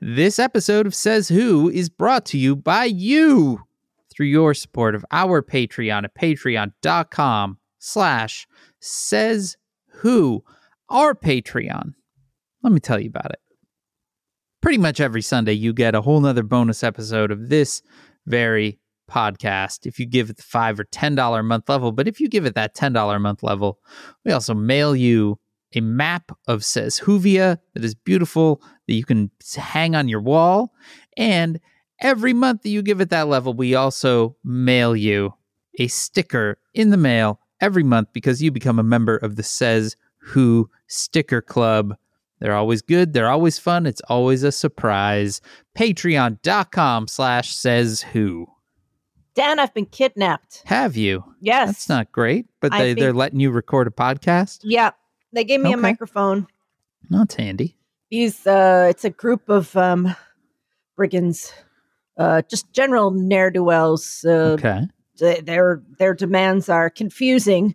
This episode of Says Who is brought to you by you through your support of our Patreon at patreon.com slash says who. Our Patreon. Let me tell you about it. Pretty much every Sunday you get a whole nother bonus episode of this very podcast if you give it the five or ten dollar a month level. But if you give it that ten dollar a month level, we also mail you a map of says Hoovia that is beautiful that you can hang on your wall. And every month that you give it that level, we also mail you a sticker in the mail every month because you become a member of the Says Who Sticker Club. They're always good. They're always fun. It's always a surprise. Patreon.com slash says who. Dan, I've been kidnapped. Have you? Yes. That's not great, but I they, think- they're letting you record a podcast. Yeah. They gave me a Okay. microphone. That's handy. These uh it's a group of um brigands. Uh just general ne'er do wells. Uh okay. th- their their demands are confusing,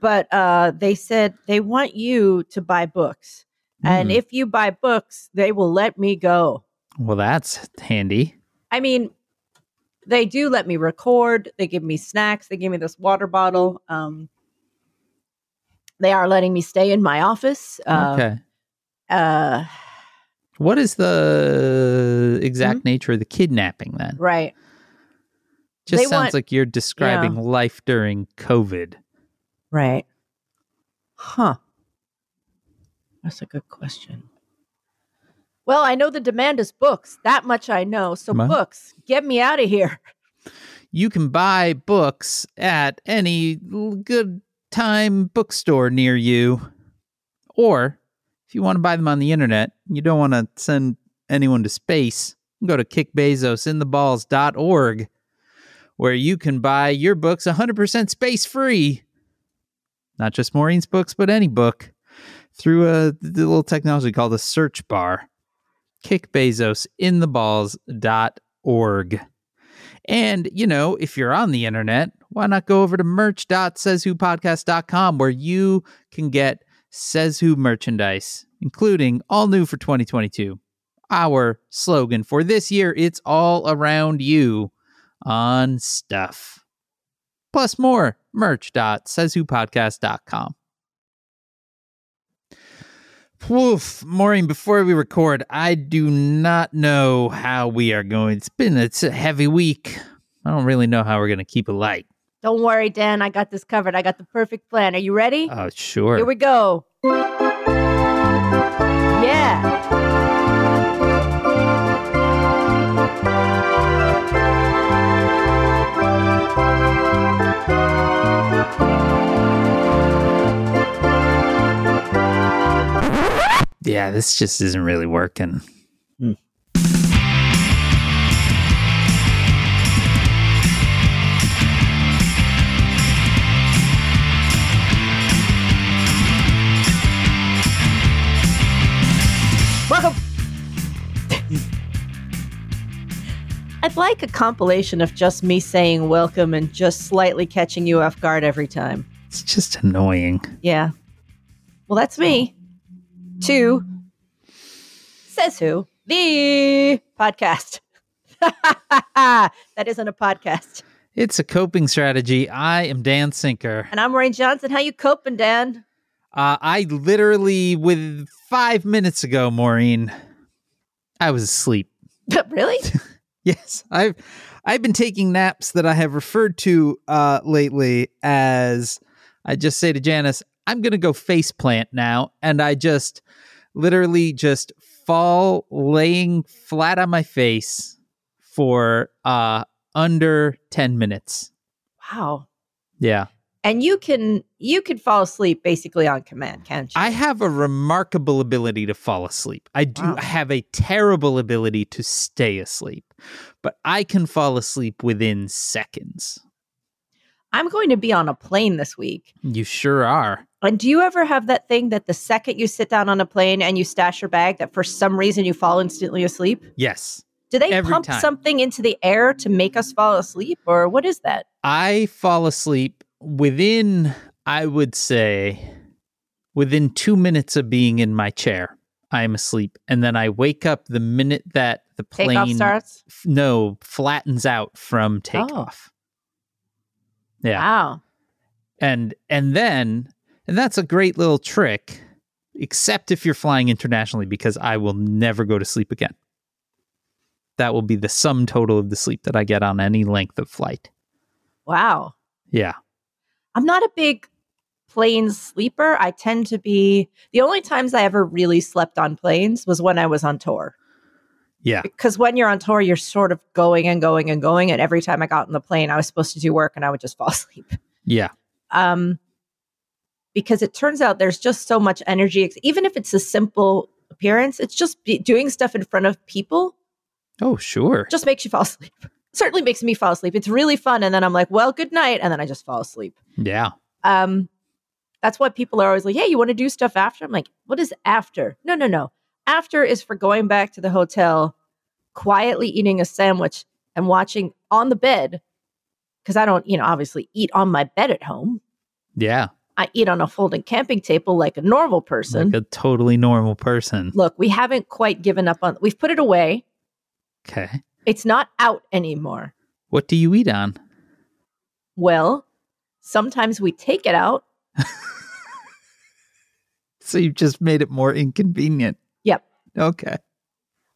but uh they said they want you to buy books. And Hmm. if you buy books, they will let me go. well, that's handy. I mean, they do let me record. They give me snacks. They give me this water bottle. Um, they are letting me stay in my office. Uh, okay. uh, What is the exact Hmm? nature of the kidnapping then? right. Just They sounds want- like you're describing life during COVID. Right. Huh. That's a good question. Well, I know the demand is books. That much I know. So, Well. books, get me out of here. You can buy books at any l- good time bookstore near you. Or if you want to buy them on the internet, you don't want to send anyone to space, you can go to kickbezosintheballs.org where you can buy your books 100% space free. Not just Maureen's books, but any book through a the little technology called a search bar. kickbezosintheballs.org. And, you know, if you're on the internet, why not go over to merch.sayswhopodcast.com where you can get Says Who merchandise, including all new for 2022. Our slogan for this year, it's all around you on stuff. Plus more merch.sayswhopodcast.com. Woof, Maureen, before we record, I do not know how we are going. It's been it's a heavy week. I don't really know how we're going to keep it light. Don't worry, Dan. I got this covered. I got the perfect plan. Are you ready? Oh, sure. Here we go. Yeah. yeah, this just isn't really working. Welcome. I'd like a compilation of just me saying welcome and just slightly catching you off guard every time. It's just annoying. Yeah. Well, that's me. Two. Says who? The podcast. that isn't a podcast. It's a coping strategy. I am Dan Sinker. And I'm Maureen Johnson. How you coping, Dan? Uh, I literally, with five minutes ago, Maureen, I was asleep. really? Yes, I've I've been taking naps that I have referred to uh, lately as I just say to Janice, I'm gonna go face plant now, and I just literally just fall laying flat on my face for uh, under ten minutes. Wow. Yeah, and you can you can fall asleep basically on command can't you I have a remarkable ability to fall asleep. I do Wow. have a terrible ability to stay asleep, but I can fall asleep within seconds. i'm going to be on a plane this week You sure are. and do you ever have that thing that the second you sit down on a plane and you stash your bag that for some reason you fall instantly asleep Yes. do they Every pump time. something into the air to make us fall asleep or what is that I fall asleep within, I would say, within two minutes of being in my chair. I'm asleep, and then I wake up the minute that the Takeoff plane starts. Oh. f- no flattens out from takeoff. Yeah, Wow. and and then and that's a great little trick, except if you're flying internationally, because I will never go to sleep again. That will be the sum total of the sleep that I get on any length of flight. Wow. Yeah. I'm not a big plane sleeper. I tend to be the only times I ever really slept on planes was when I was on tour. Yeah. Because when you're on tour, you're sort of going and going and going. And every time I got on the plane, I was supposed to do work and I would just fall asleep. Yeah. Um, because it turns out there's just so much energy. Even if it's a simple appearance, it's just be- doing stuff in front of people Oh, sure. just makes you fall asleep. Certainly makes me fall asleep. It's really fun. And then I'm like, well, good night. And then I just fall asleep. yeah. um that's why people are always like yeah you want to do stuff after i'm like what is after no no no after is for going back to the hotel quietly eating a sandwich and watching on the bed because i don't you know obviously eat on my bed at home Yeah. i eat on a folding camping table like a normal person Like a totally normal person. look we haven't quite given up on we've put it away Okay. it's not out anymore What do you eat on? well sometimes we take it out So you've just made it more inconvenient. Yep. Okay.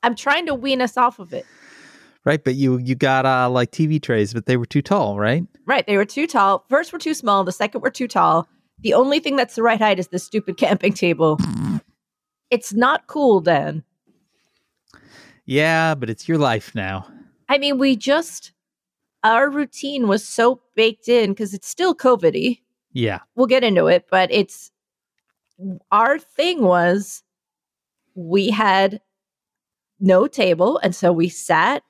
i'm trying to wean us off of it Right, but you you got uh like TV trays, but they were too tall, right? Right. They were too tall. First were too small. The second were too tall. The only thing that's the right height is this stupid camping table. It's not cool, Dan. Yeah, but it's your life now. I mean, we just, our routine was so baked in because it's still COVID y. Yeah. We'll get into it, but it's our thing was we had no table. And so we sat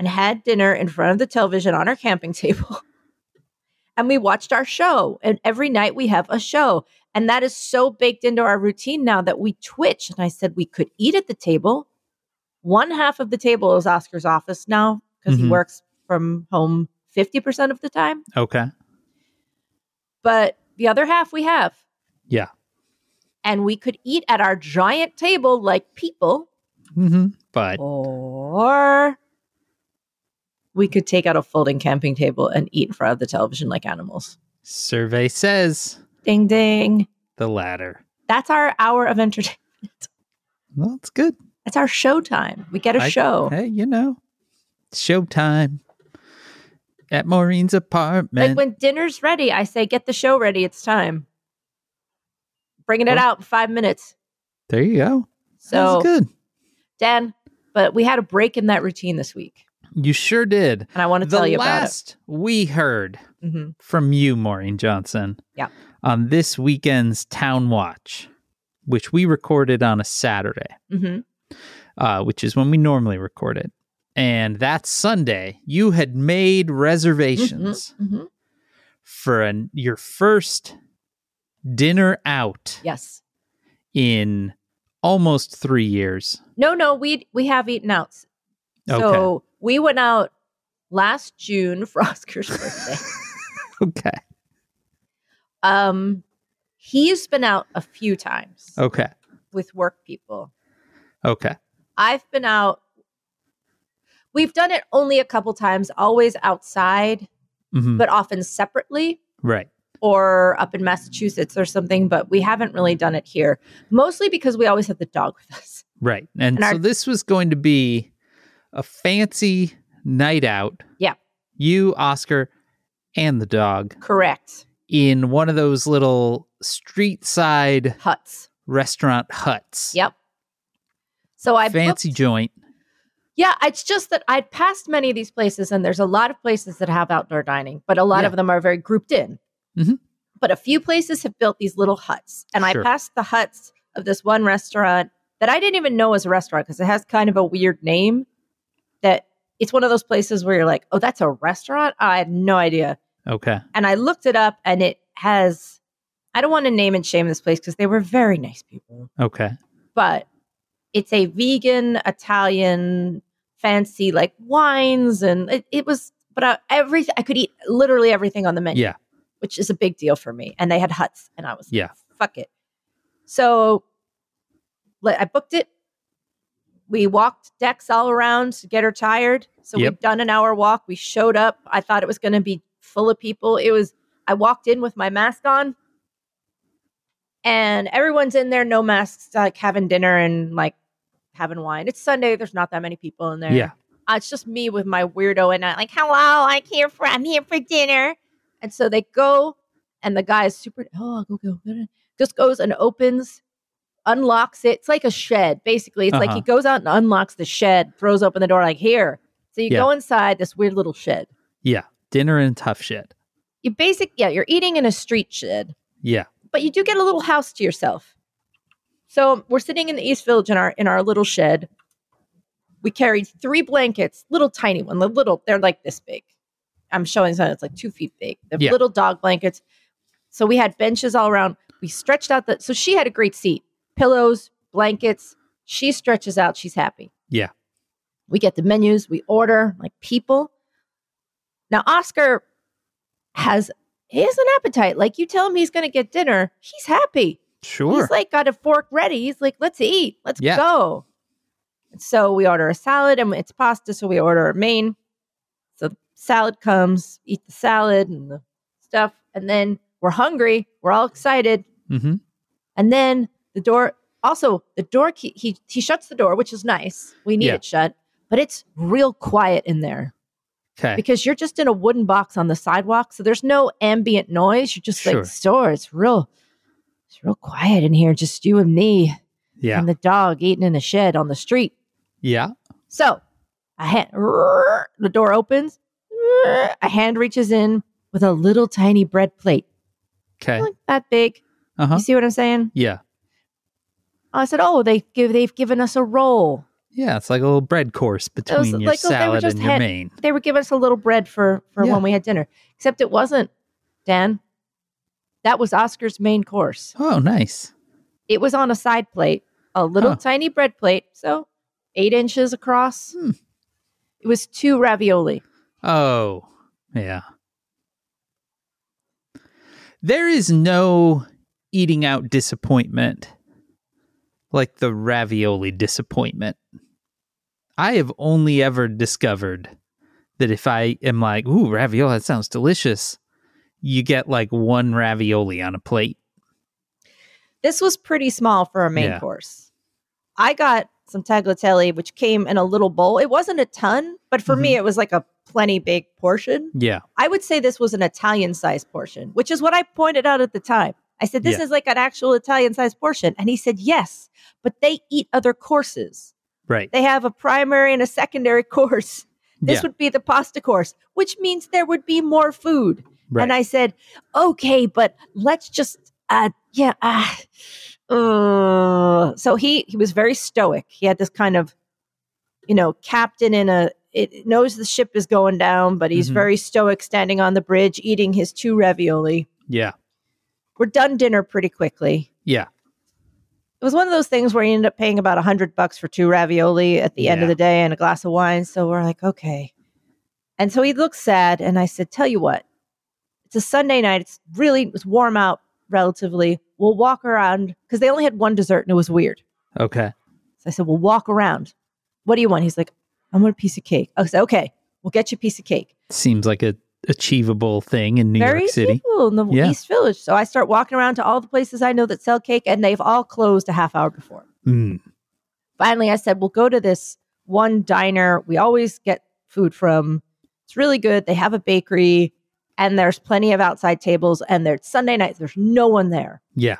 and had dinner in front of the television on our camping table. and we watched our show. And every night we have a show. And that is so baked into our routine now that we twitch. And I said we could eat at the table. One half of the table is Oscar's office now because Mhm. he works from home 50% of the time Okay. but the other half we have. Yeah. And we could eat at our giant table like people, Mm-hmm. But or we could take out a folding camping table and eat in front of the television like animals. survey says Ding ding. the latter. That's our hour of entertainment. Well, it's good. That's our showtime. We get a I- show. Hey, you know, it's showtime at Maureen's like apartment. when dinner's ready, I say, get the show ready. It's time. Bringing it Well- out in five minutes. there you go. So, That's good. Dan, but we had a break in that routine this week. You sure did. And I want to tell you last we heard about it. Mhm. from you, Maureen Johnson. Yeah. On this weekend's Town Watch, which we recorded on a Saturday, Mm-hmm. uh, which is when we normally record it. And that Sunday, you had made reservations Mm-hmm. for an, your first dinner out Yes. in almost three years. No, no, we we have eaten out. So we went out last June for Oscar's birthday. Okay. um, he's been out a few times Okay. with work people. Okay. I've been out. We've done it only a couple times, always outside, hmm but often separately right. or up in Massachusetts or something. But we haven't really done it here, mostly because we always have the dog with us. Right. And, And so our- this was going to be a fancy night out. Yeah. You, Oscar, and the dog Correct. in one of those little street side Huts. restaurant huts. Yep. So Oh, I fancy booked- joint. Yeah, it's just that I'd passed many of these places, and there's a lot of places that have outdoor dining, but a lot Yeah. of them are very grouped in. Mhm. But a few places have built these little huts, and Sure. I passed the huts of this one restaurant that I didn't even know was a restaurant because it has kind of a weird name. That it's one of those places where you're like, oh, that's a restaurant? I had no idea. Okay. And I looked it up, and it has. I don't want to name and shame this place because they were very nice people Okay. but it's a vegan Italian fancy like wines and it, it was but I, every I could eat literally everything on the menu. Yeah. Which is a big deal for me. And they had huts and I was like, Yeah. fuck it. So like, I booked it we walked decks all around to get her tired. So Yep. we've done an hour walk. We showed up. I thought it was going to be full of people. It was. I walked in with my mask on, and everyone's in there, no masks, like having dinner and like having wine. It's Sunday. There's not that many people in there. Yeah. Uh, it's just me with my weirdo and I like, hello, I'm here for I'm here for dinner. And so they go and the guy is super oh I'll go go go," just goes and opens, unlocks it. It's like a shed, basically. It's like Uh-huh. he goes out and unlocks the shed, throws open the door like here. So you go inside this weird little shed. Dinner and tough shit. You basic yeah, you're eating in a street shed Yeah. but you do get a little house to yourself. So we're sitting in the East Village in our in our little shed. We carried three blankets, little tiny one, the little they're like this big. I'm showing something that's like two feet big. The Yeah. little dog blankets. So we had benches all around. We stretched out the so she had a great seat, pillows, blankets. She stretches out. She's happy. Yeah. We get the menus. We order like people. Now Oscar has he has an appetite. Like you tell him he's going to get dinner, he's happy. Sure. He's like got a fork ready. He's like, let's eat, let's Yeah. go. So we order a salad and it's pasta, so we order a main. So the salad comes, eat the salad and the stuff, and then we're hungry, we're all excited, mm-hmm. and then the door. Also, the door key, he he shuts the door, which is nice. We need Yeah. it shut, but it's real quiet in there Okay. because you're just in a wooden box on the sidewalk, so there's no ambient noise. You're just Sure. like, store. It's real, it's real quiet in here, just you and me Yeah. and the dog eating in the shed on the street. yeah. So, a hand, the door opens. A hand reaches in with a little tiny bread plate, Okay. like that big. Uh huh. You see what I'm saying? Yeah. I said, "Oh, they give they've given us a roll. Yeah. It's like a little bread course between your like, oh, they were salad just and your had- main. They were giving us a little bread for for Yeah. when we had dinner. Except it wasn't, Dan. That was Oscar's main course. Oh, nice. It was on a side plate, a little Huh. tiny bread plate, so eight inches across. Hmm. It was two ravioli. Oh, yeah. There is no eating out disappointment like the ravioli disappointment. I have only ever discovered that if I am like, ooh, ravioli, that sounds delicious, you get like one ravioli on a plate. This was pretty small for a main Yeah. course. I got some tagliatelle, which came in a little bowl. It wasn't a ton, but for Mm-hmm. me, it was like a plenty big portion. Yeah. I would say this was an Italian sized portion, which is what I pointed out at the time. I said, This Yeah. is like an actual Italian sized portion. And he said, Yes, but they eat other courses. Right. They have a primary and a secondary course. This yeah. would be the pasta course, which means there would be more food. right. And I said, okay, but let's just, uh, yeah. Uh, uh." So he he was very stoic. He had this kind of, you know, captain in a it knows the ship is going down, but he's Mhm. very stoic, standing on the bridge, eating his two ravioli. yeah. We're done dinner pretty quickly. Yeah. It was one of those things where you end up paying about a hundred bucks for two ravioli at the end Yeah. of the day and a glass of wine. So we're like, okay. And so he looked sad, and I said, "Tell you what, it's a Sunday night. It's really it was warm out, relatively. We'll walk around because they only had one dessert, and it was weird. Okay. So I said, "We'll walk around. What do you want?" He's like, "I want a piece of cake." I said, "Okay, we'll get you a piece of cake." Seems like a achievable thing in New very York City. people in the Yeah. East Village. So I start walking around to all the places I know that sell cake, and they've all closed a half hour before. Mm. Finally, I said, "We'll go to this one diner we always get food from. It's really good. They have a bakery, and there's plenty of outside tables. And they're it's Sunday nights. There's no one there. Yeah.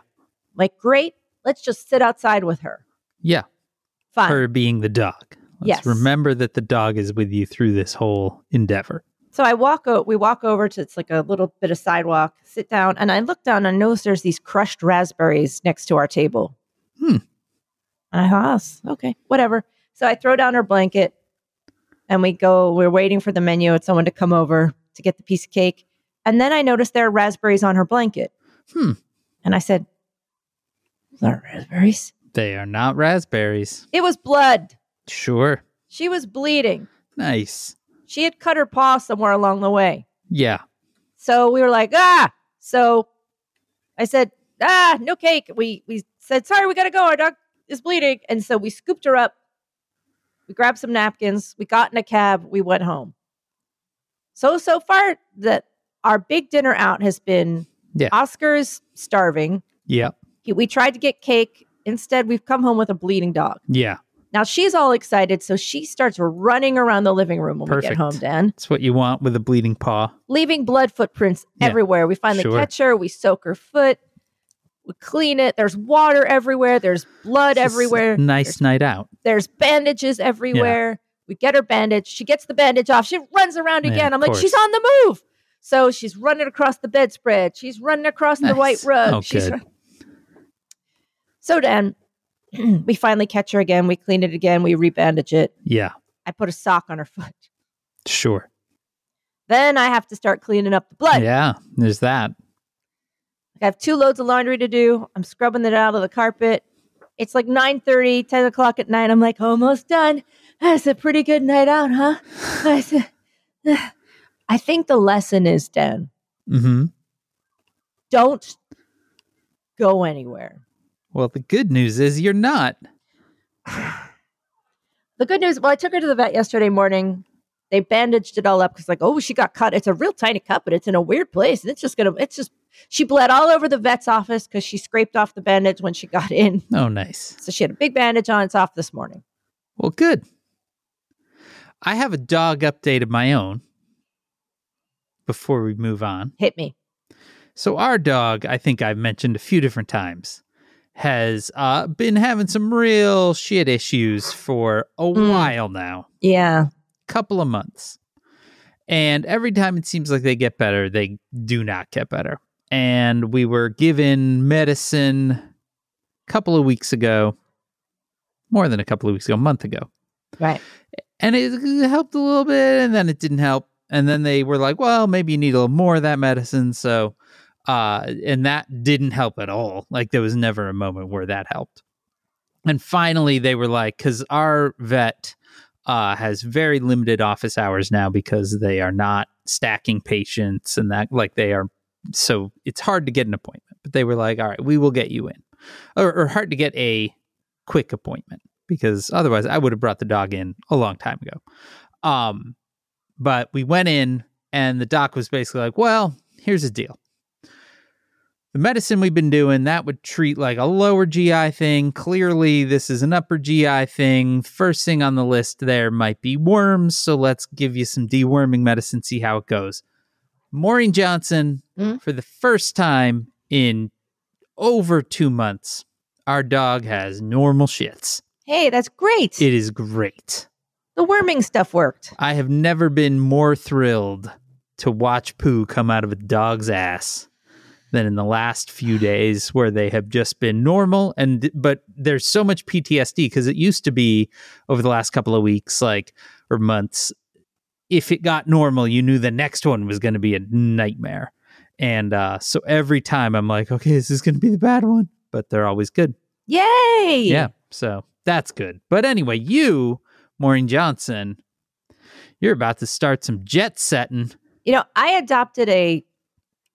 Like, great. Let's just sit outside with her. Yeah. Fine. her being the dog. Let's Yes. remember that the dog is with you through this whole endeavor. So I walk. O- we walk over to it's like a little bit of sidewalk. Sit down, and I look down and notice there's these crushed raspberries next to our table. Hmm. And I thought, "Oh, s- okay, whatever. So I throw down her blanket, and we go. We're waiting for the menu and someone to come over to get the piece of cake. And then I notice there are raspberries on her blanket. Hmm. And I said, "Those aren't raspberries. They are not raspberries. It was blood. Sure. She was bleeding. Nice. She had cut her paw somewhere along the way." Yeah. So we were like, ah. So I said, ah, no cake. We we said, sorry, we gotta go. Our dog is bleeding. And so we scooped her up, We grabbed some napkins. We got in a cab. We went home. So so far that our big dinner out has been Yeah. Oscar's starving. Yeah. He, we tried to get cake. Instead, we've come home with a bleeding dog. Yeah. Now she's all excited, so she starts running around the living room when we Perfect. get home, Dan, That's what you want with a bleeding paw. leaving blood footprints Yeah, everywhere. We finally sure. catch her, we soak her foot, we clean it. There's water everywhere, there's blood It's just everywhere, a Nice night out. there's bandages everywhere. We get her bandage. She gets the bandage off. She runs around Yeah, again. I'm of like, she's course. on the move. So she's running across the bedspread. She's running across the white Nice. rug. Oh, she's good. run- so Dan, we finally catch her again. We clean it again. We rebandage it. Yeah. I put a sock on her foot. Sure. Then I have to start cleaning up the blood. Yeah. There's that. I have two loads of laundry to do. I'm scrubbing it out of the carpet. It's like 9 10 o'clock at night. I'm like, almost done. That's a pretty good night out, huh? That's a- I think the lesson is, Dan, Mm-hmm. don't go anywhere. Well, the good news is you're not. The good news, well, I took her to the vet yesterday morning. They bandaged it all up because, like, oh, she got cut. It's a real tiny cut, but it's in a weird place. And it's just going to, it's just, she bled all over the vet's office because she scraped off the bandage when she got in. Oh, nice. So she had a big bandage on. It's off this morning. Well, good. I have a dog update of my own before we move on. Hit me. So our dog, I think I've mentioned a few different times, has uh, been having some real shit issues for a Mm. while now, Yeah. couple of months. And every time it seems like they get better, they do not get better. And we were given medicine a couple of weeks ago, more than a couple of weeks ago, a month ago Right. and it helped a little bit and then it didn't help and then they were like well maybe you need a little more of that medicine so uh and that didn't help at all like there was never a moment where that helped and finally they were like because our vet uh, has very limited office hours now because they are not stacking patients and that like they are so it's hard to get an appointment but they were like all right we will get you in or, or hard to get a quick appointment because otherwise I would have brought the dog in a long time ago. Um, but we went in, and the doc was basically like, "Well, here's the deal: the medicine we've been doing that would treat like a lower GI thing. Clearly, this is an upper GI thing. First thing on the list there might be worms, so let's give you some deworming medicine, see how it goes." Maureen Johnson, Mm. for the first time in over two months, our dog has normal shits. Hey, that's great. It is great. the worming stuff worked. I have never been more thrilled to watch poo come out of a dog's ass than in the last few days where they have just been normal and but there's so much PTSD cuz it used to be over the last couple of weeks like or months if it got normal you knew the next one was going to be a nightmare. And uh so every time I'm like okay this is going to be the bad one but they're always good. Yay. Yeah. So that's good. But anyway, you, Maureen Johnson, you're about to start some jet setting. You know, I adopted a,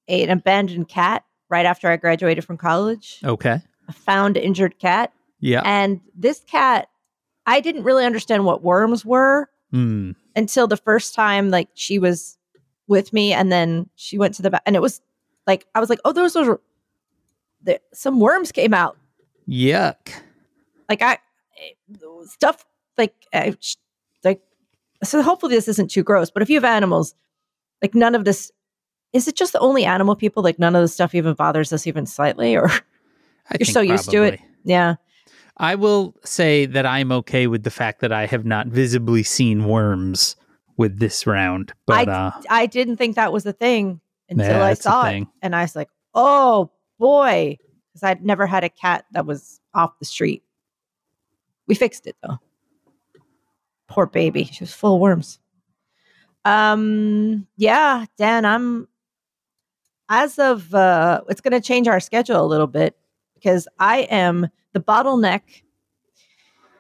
a an abandoned cat right after I graduated from college. Okay. A found injured cat. Yeah. And this cat, I didn't really understand what worms were Mm. until the first time like she was with me and then she went to the back and it was like I was like, "Oh, those are the, some worms came out." Hmm. Yuck. like I eh, stuff like I, sh- like so hopefully this isn't too gross but if you have animals like none of this is it just the only animal people like none of the stuff even bothers us even slightly or I You're think so used to it. probably. yeah I will say that I'm okay with the fact that I have not visibly seen worms with this round, but uh, i didn't think that was a thing until yeah, i it's a saw it thing. and i was like oh boy because i'd never had a cat that was off the street we fixed it though poor baby she was full of worms um yeah dan i'm as of uh it's going to change our schedule a little bit because i am the bottleneck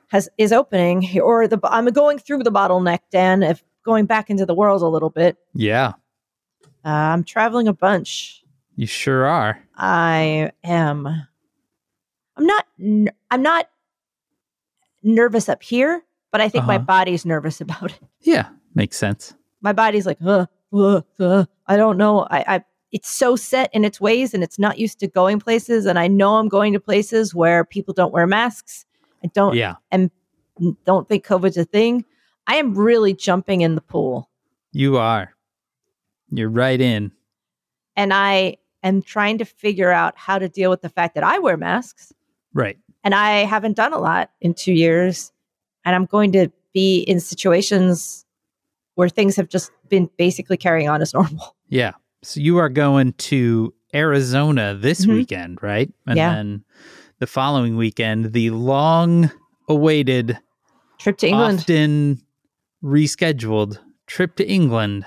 has is opening or the i'm going through the bottleneck dan if going back into the world a little bit Yeah, uh, i'm traveling a bunch you sure are. I am. I'm not. ner- I'm not nervous up here. but I think my Uh-huh. body's nervous about it. Yeah, makes sense. My body's like, uh, uh, uh, I don't know. I, I, it's so set in its ways and it's not used to going places. And I know I'm going to places where people don't wear masks. I don't Yeah. don't think COVID's a thing. I am really jumping in the pool You are. You're right in. and I am trying to figure out how to deal with the fact that I wear masks Right. and I haven't done a lot in two years. And I'm going to be in situations where things have just been basically carrying on as normal. Yeah. So you are going to Arizona this Mhm. weekend, right? And Yeah. then the following weekend, the long awaited, Trip to England. often rescheduled trip to England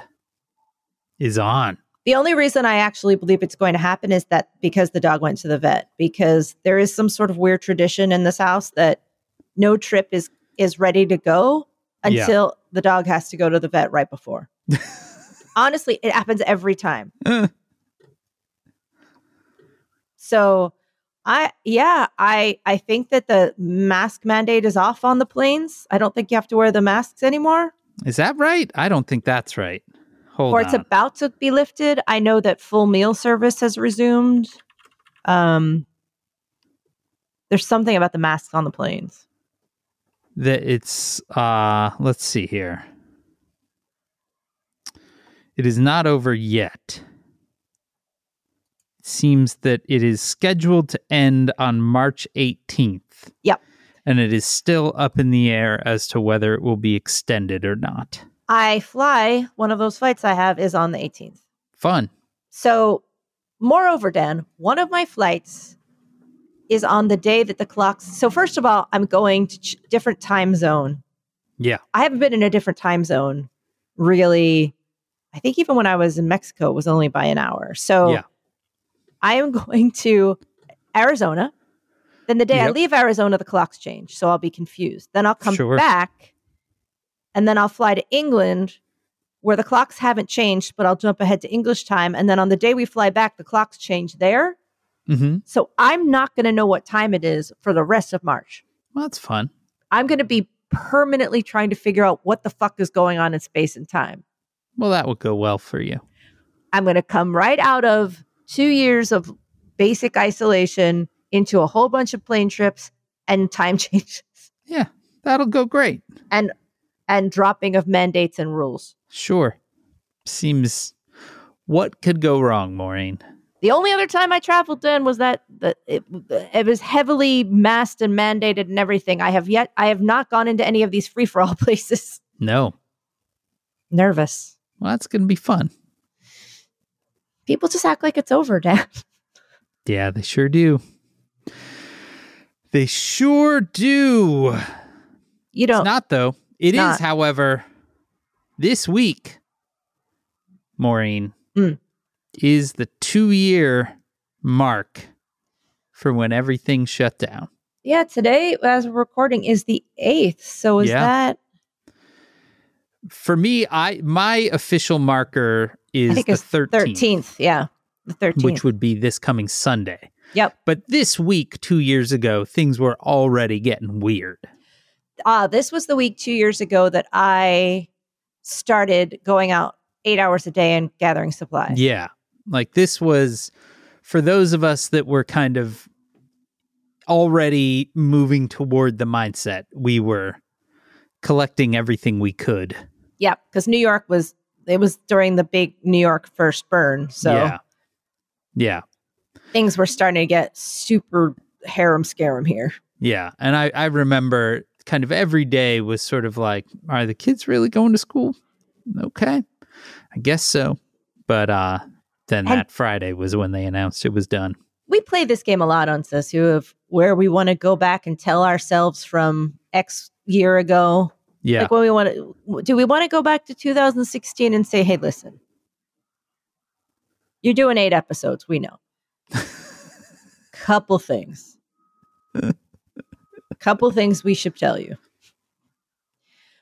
is on. The only reason I actually believe it's going to happen is that because the dog went to the vet, because there is some sort of weird tradition in this house that no trip is is ready to go Yeah. until the dog has to go to the vet right before. Honestly, it happens every time. Eh. so I yeah, I I think that the mask mandate is off on the planes. I don't think you have to wear the masks anymore Is that right? I don't think that's right. Hold or on. it's about to be lifted. I know that full meal service has resumed. Um, there's something about the masks on the planes. that it's uh let's see here it is not over yet it seems that it is scheduled to end on march 18th Yep. and it is still up in the air as to whether it will be extended or not I fly. One of those flights I have is on the 18th. fun So, moreover, Dan, one of my flights is on the day that the clocks. So, first of all, I'm going to ch- different time zone. Yeah. I haven't been in a different time zone really. I think even when I was in Mexico, it was only by an hour. So, Yeah. I am going to Arizona. Then the day I Yep. leave Arizona, the clocks change. So I'll be confused. Then I'll come Sure. back and then I'll fly to England where the clocks haven't changed, but I'll jump ahead to English time. And then on the day we fly back, the clocks change there. mm-hmm So I'm not going to know what time it is for the rest of March. well that's fun I'm going to be permanently trying to figure out what the fuck is going on in space and time. well that would go well for you I'm going to come right out of two years of basic isolation into a whole bunch of plane trips and time change that'll go great and dropping of mandates and rules. sure seems what could go wrong maureen The only other time I traveled then was that the, it, it was heavily masked and mandated and everything. I have yet, I have not gone into any of these free for all places. no Nervous. well that's gonna be fun People just act like it's over, Dan. Yeah, they sure do. They sure do. You It's don't. not though. It It's is, not. however, this week, Maureen, Mm. is the two year mark for when everything shut down. yeah, today, as we're recording, is the 8th. So is Yeah. that, For me, I my official marker I is think the it's 13th, 13th. Yeah. The 13th. which would be this coming Sunday. Yep. But this week, two years ago, things were already getting weird. uh, this was the week two years ago that I started going out eight hours a day and gathering supplies. Yeah. Like this was for those of us that were kind of already moving toward the mindset, we were collecting everything we could. Yep. Because New York was, it was during the big New York first burn. So yeah. Yeah. things were starting to get super harem scarum here. Yeah. And I, I remember kind of every day was sort of like, are the kids really going to school? Okay. I guess so. But uh then And- that Friday was when they announced it was done. We play this game a lot on Sesu of where we want to go back and tell ourselves from X year ago. Yeah. Like when we want to, do we want to go back to 2016 and say, hey, listen, you're doing eight episodes. We know. Couple things. Couple things we should tell you.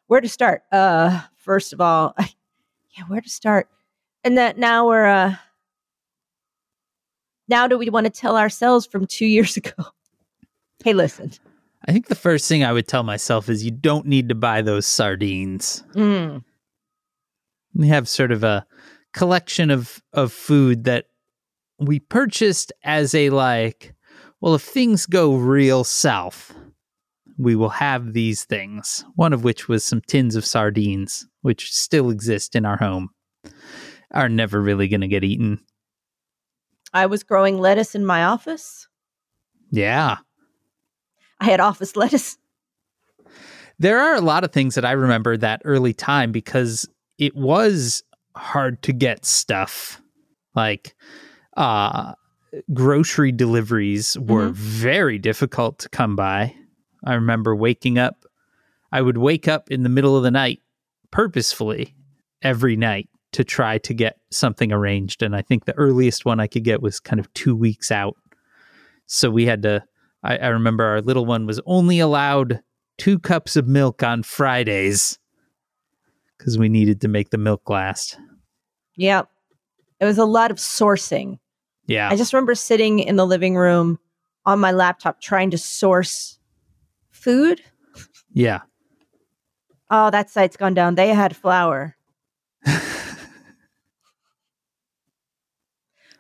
Where to start? Uh, first of all, yeah, where to start? And that now we're, uh, now do we want to tell ourselves from two years ago? Hey, listen, I think the first thing I would tell myself is you don't need to buy those sardines. Mm. We have sort of a collection of of food that we purchased as a like, well, if things go real south, we will have these things. One of which was some tins of sardines, which still exist in our home. Are never really going to get eaten. I was growing lettuce in my office. Yeah. I had office lettuce. There are a lot of things that I remember that early time because it was hard to get stuff. Like uh grocery deliveries were Mhm. very difficult to come by. I remember waking up I would wake up in the middle of the night purposefully every night to try to get something arranged and I think the earliest one I could get was kind of 2 weeks out. So we had to I, I remember our little one was only allowed two cups of milk on Fridays because we needed to make the milk last. Yeah. It was a lot of sourcing. Yeah. I just remember sitting in the living room on my laptop trying to source food. yeah. Oh, that site's gone down. They had flour.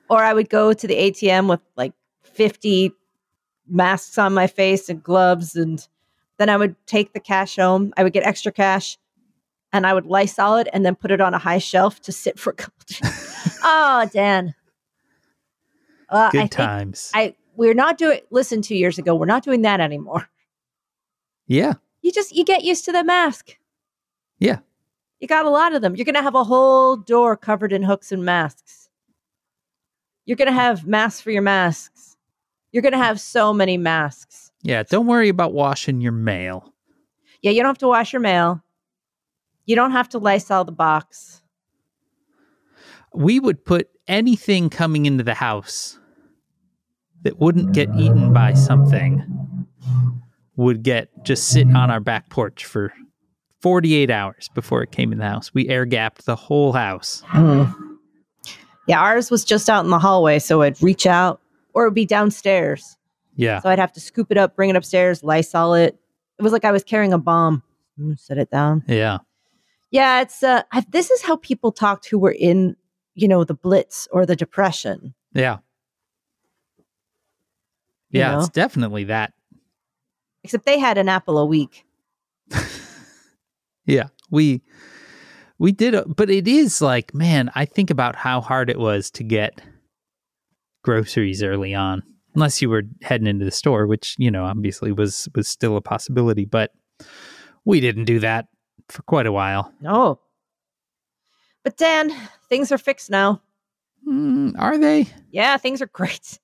or I would go to the ATM with like 50 masks on my face and gloves. And then I would take the cash home. I would get extra cash and I would Lysol it and then put it on a high shelf to sit for a couple days. oh, Dan. Uh, Good I think times. I we're not doing listen two years ago we're not doing that anymore yeah. you just you get used to the mask Yeah. you got a lot of them you're gonna have a whole door covered in hooks and masks you're gonna have masks for your masks you're gonna have so many masks Yeah. Don't worry about washing your mail. yeah you don't have to wash your mail you don't have to lysol the box We would put anything coming into the house that wouldn't get eaten by something would get just sit on our back porch for 48 hours before it came in the house. We air gapped the whole house. yeah ours was just out in the hallway so i'd reach out or it'd be downstairs Yeah. So I'd have to scoop it up, bring it upstairs, Lysol it. It was like I was carrying a bomb. Mm, Set it down. Yeah. Yeah, it's uh, i this is how people talked who were in, you know, the Blitz or the Depression. Yeah. You Yeah. know? It's definitely that. Except they had an apple a week. Yeah, we we did, a- but it is like, man, I think about how hard it was to get groceries early on, unless you were heading into the store, which you know obviously was was still a possibility, but we didn't do that for quite a while. No. But Dan, things are fixed now. Mm, are they? Yeah, things are great.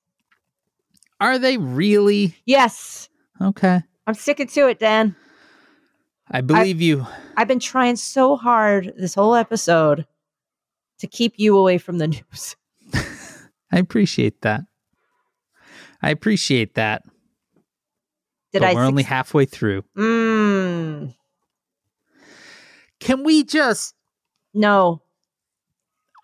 Are they really Yes, okay? I'm sticking to it, Dan. I believe you. I've been trying so hard this whole episode to keep you away from the news. I appreciate that. I appreciate that. Did but I? we're only suc- halfway through. mm, Can we just? no,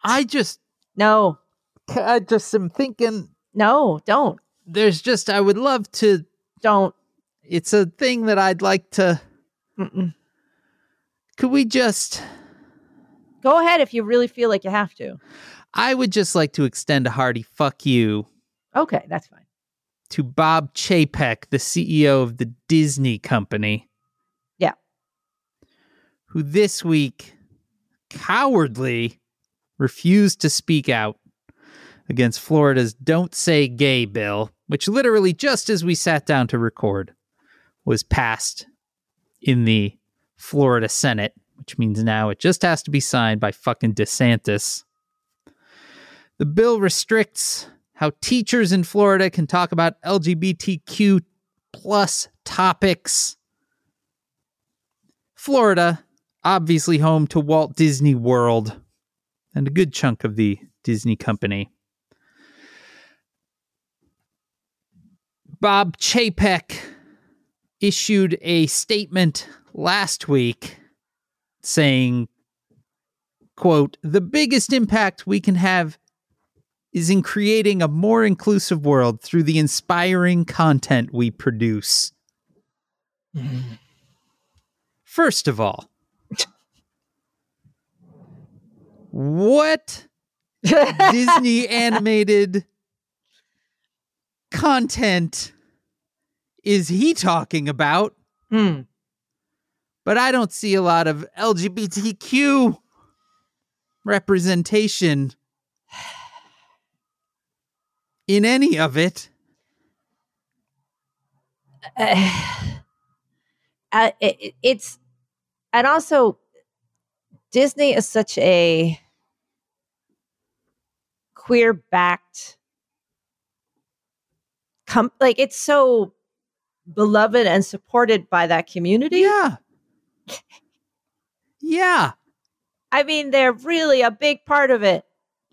I just. no, I just am thinking no, don't. there's just I would love to don't. it's a thing that I'd like to Mm-mm. could we just Go ahead if you really feel like you have to. I would just like to extend a hearty fuck you Okay, that's fine. to Bob Chapek, the CEO of the Disney company. Yeah. Who this week cowardly refused to speak out against Florida's Don't Say Gay bill, which literally just as we sat down to record was passed in the Florida Senate, which means now it just has to be signed by fucking DeSantis. The bill restricts how teachers in Florida can talk about LGBTQ plus topics. Florida, obviously home to Walt Disney World and a good chunk of the Disney company. Bob Chapek issued a statement last week saying, quote, the biggest impact we can have is in creating a more inclusive world through the inspiring content we produce. First of all, what Disney animated content is he talking about? Hmm. But I don't see a lot of LGBTQ representation in any of it. uh, it, it- it's and also Disney is such a queer backed com- like it's so beloved and supported by that community. Yeah. Yeah. I mean, they're really a big part of it.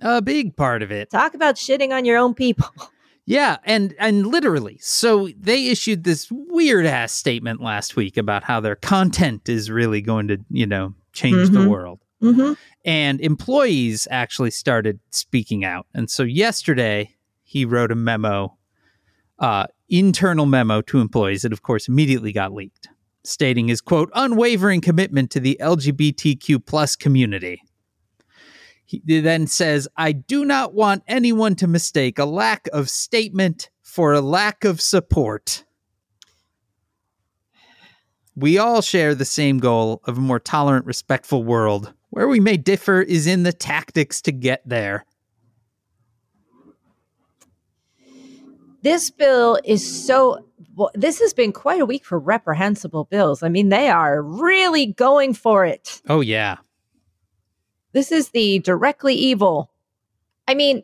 A big part of it. Talk about shitting on your own people. Yeah, and and literally. So they issued this weird ass statement last week about how their content is really going to, you know, change Mhm. the world. Mm-hmm. and employees actually started speaking out. And so yesterday, he wrote a memo, uh, internal memo to employees that, of course, immediately got leaked, stating his quote unwavering commitment to the LGBTQ plus community. He then says, "I do not want anyone to mistake a lack of statement for a lack of support." We all share the same goal of a more tolerant, respectful world. Where we may differ is in the tactics to get there. This bill is so. Well, this has been quite a week for reprehensible bills. I mean, they are really going for it. Oh, yeah. This is the directly evil. I mean,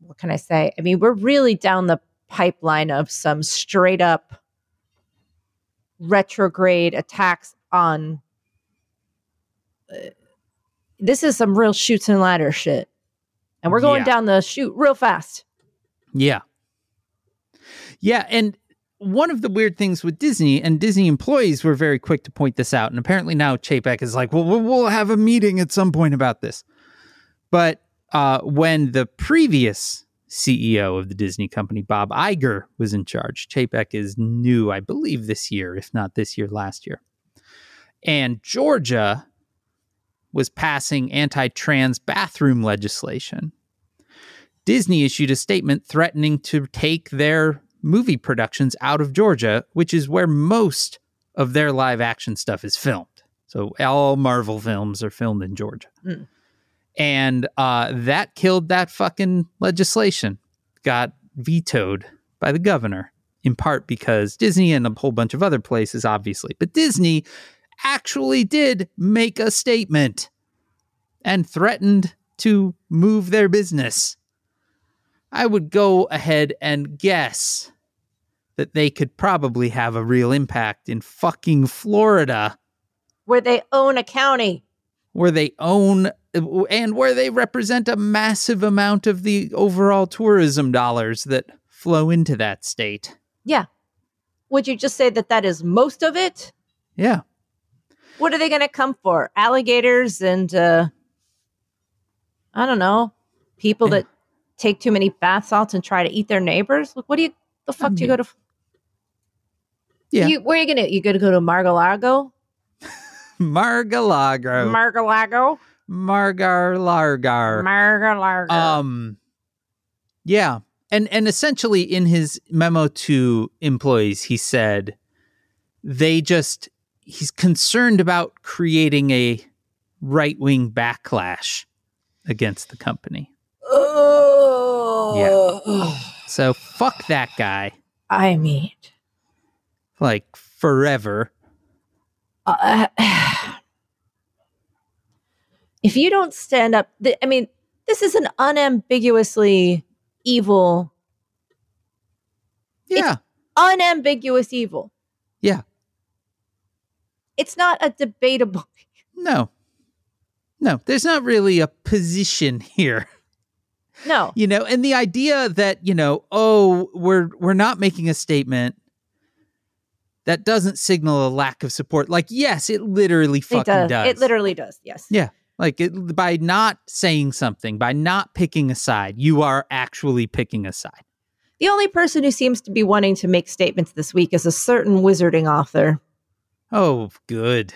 what can I say? I mean, we're really down the pipeline of some straight up retrograde attacks on. uh, This is some real shoots and ladder shit. And we're going Yeah. down the chute real fast. Yeah. Yeah. And one of the weird things with Disney, and Disney employees were very quick to point this out. And apparently now Chapek is like, well, we'll- we'll have a meeting at some point about this. But uh, when the previous CEO of the Disney company, Bob Iger, was in charge, Chapek is new, I believe, this year, if not this year, last year. And Georgia was passing anti trans bathroom legislation. Disney issued a statement threatening to take their movie productions out of Georgia, which is where most of their live action stuff is filmed. So all Marvel films are filmed in Georgia. Mm. And uh, that killed that fucking legislation. Got vetoed by the governor, in part because Disney and a whole bunch of other places, obviously. But Disney actually did make a statement and threatened to move their business. I would go ahead and guess that they could probably have a real impact in fucking Florida, Where they own a county. where they own and where they represent a massive amount of the overall tourism dollars that flow into that state. Would you just say that that is most of it? Yeah. What are they going to come for? Alligators and, uh, I don't know, people Yeah. that take too many bath salts and try to eat their neighbors? Look, what do you, the fuck do you mean- go to? Yeah. You, where are you going to, you going to go to Margalago? Margalago. Margalago? Margar Largar. Margalago. Um, yeah, and and essentially in his memo to employees, he said they just he's concerned about creating a right wing backlash against the company. So fuck that guy, Oh, I mean, like forever. uh, if you don't stand up, th- I mean, this is an unambiguously evil Yeah, unambiguous evil. Yeah. It's not a debatable. no, no, there's not really a position here. No. you know and the idea that you know oh we're we're not making a statement that doesn't signal a lack of support like yes it literally It fucking does. does, It literally does. Yes. Yeah. like it, by not saying something by not picking a side you are actually picking a side The only person who seems to be wanting to make statements this week is a certain wizarding author Oh, good.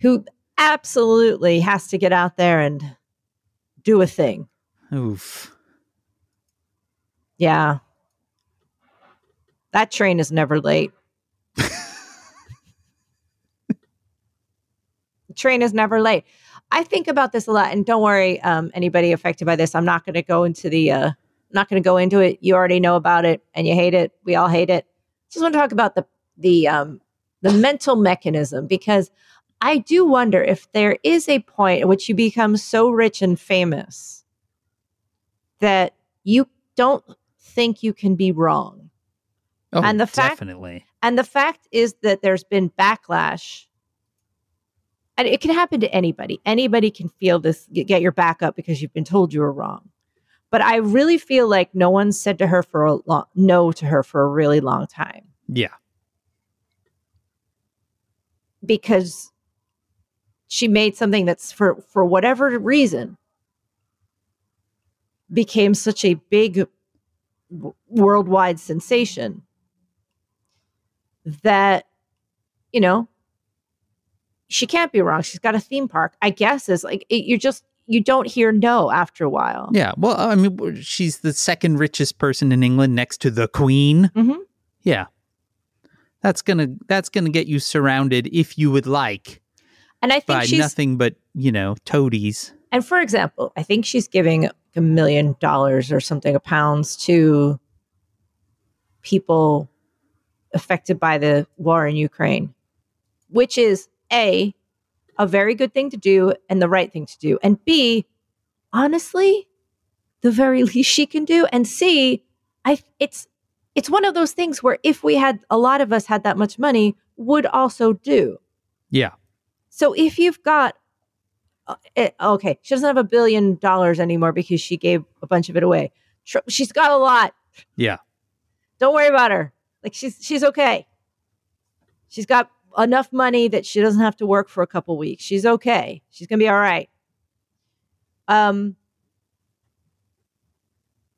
who absolutely has to get out there and do a thing. Oof. Yeah. That train is never late. the train is never late. I think about this a lot, and don't worry, um, anybody affected by this. I'm not going to go into the. Uh, I'm not going to go into it. You already know about it, and you hate it. We all hate it. Just want to talk about the the um, the mental mechanism because I do wonder if there is a point at which you become so rich and famous that you don't think you can be wrong. Oh, And the fact- definitely. And the fact is that there's been backlash. And it can happen to anybody. Anybody can feel this, get get your back up because you've been told you were wrong. But I really feel like no one said to her for a long, no to her for a really long time Yeah. because she made something that's for for whatever reason became such a big w- worldwide sensation that you know she can't be wrong she's got a theme park i guess is like it, you just you don't hear no after a while Yeah. Well, I mean, w- she's the second richest person in England next to the Queen. Mhm. Yeah. That's gonna that's gonna get you surrounded if you would like and i think by she's nothing but you know toadies. And for example, I think she's giving a million dollars or something of pounds to people affected by the war in Ukraine, which is A, a very good thing to do and the right thing to do. And B, honestly, the very least she can do. And C, I it's it's one of those things where if we had a lot of us had that much money, would also do. Yeah. So if you've got, uh, eh, okay, she doesn't have a billion dollars anymore because she gave a bunch of it away. Tr- She's got a lot. Yeah. Don't worry about her. Like she's she's okay. She's got enough money that she doesn't have to work for a couple weeks. She's okay. She's gonna be all right. Um.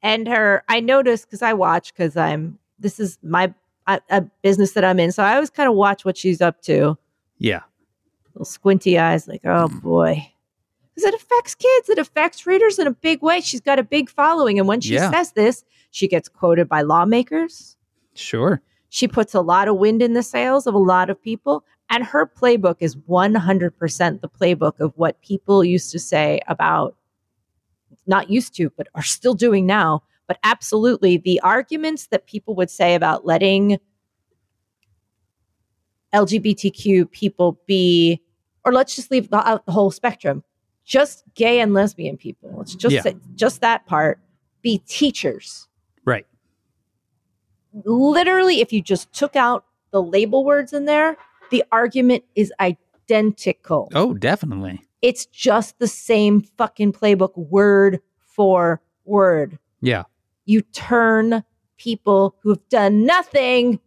And her, I noticed because I watch because I'm this is my I, a business that I'm in, so I always kind of watch what she's up to Yeah. little squinty eyes, like, oh boy. Because it affects kids, it affects readers in a big way. She's got a big following. And when she Yeah. says this, she gets quoted by lawmakers. Sure. She puts a lot of wind in the sails of a lot of people. And her playbook is 100% the playbook of what people used to say about, not used to, but are still doing now. But absolutely, the arguments that people would say about letting LGBTQ people be, or let's just leave the- out the whole spectrum, just gay and lesbian people, let's just Yeah. say, just that part, be teachers Right. literally, if you just took out the label words in there, the argument is identical. Oh, definitely. It's just the same fucking playbook, word for word. Yeah. You turn people who have done nothing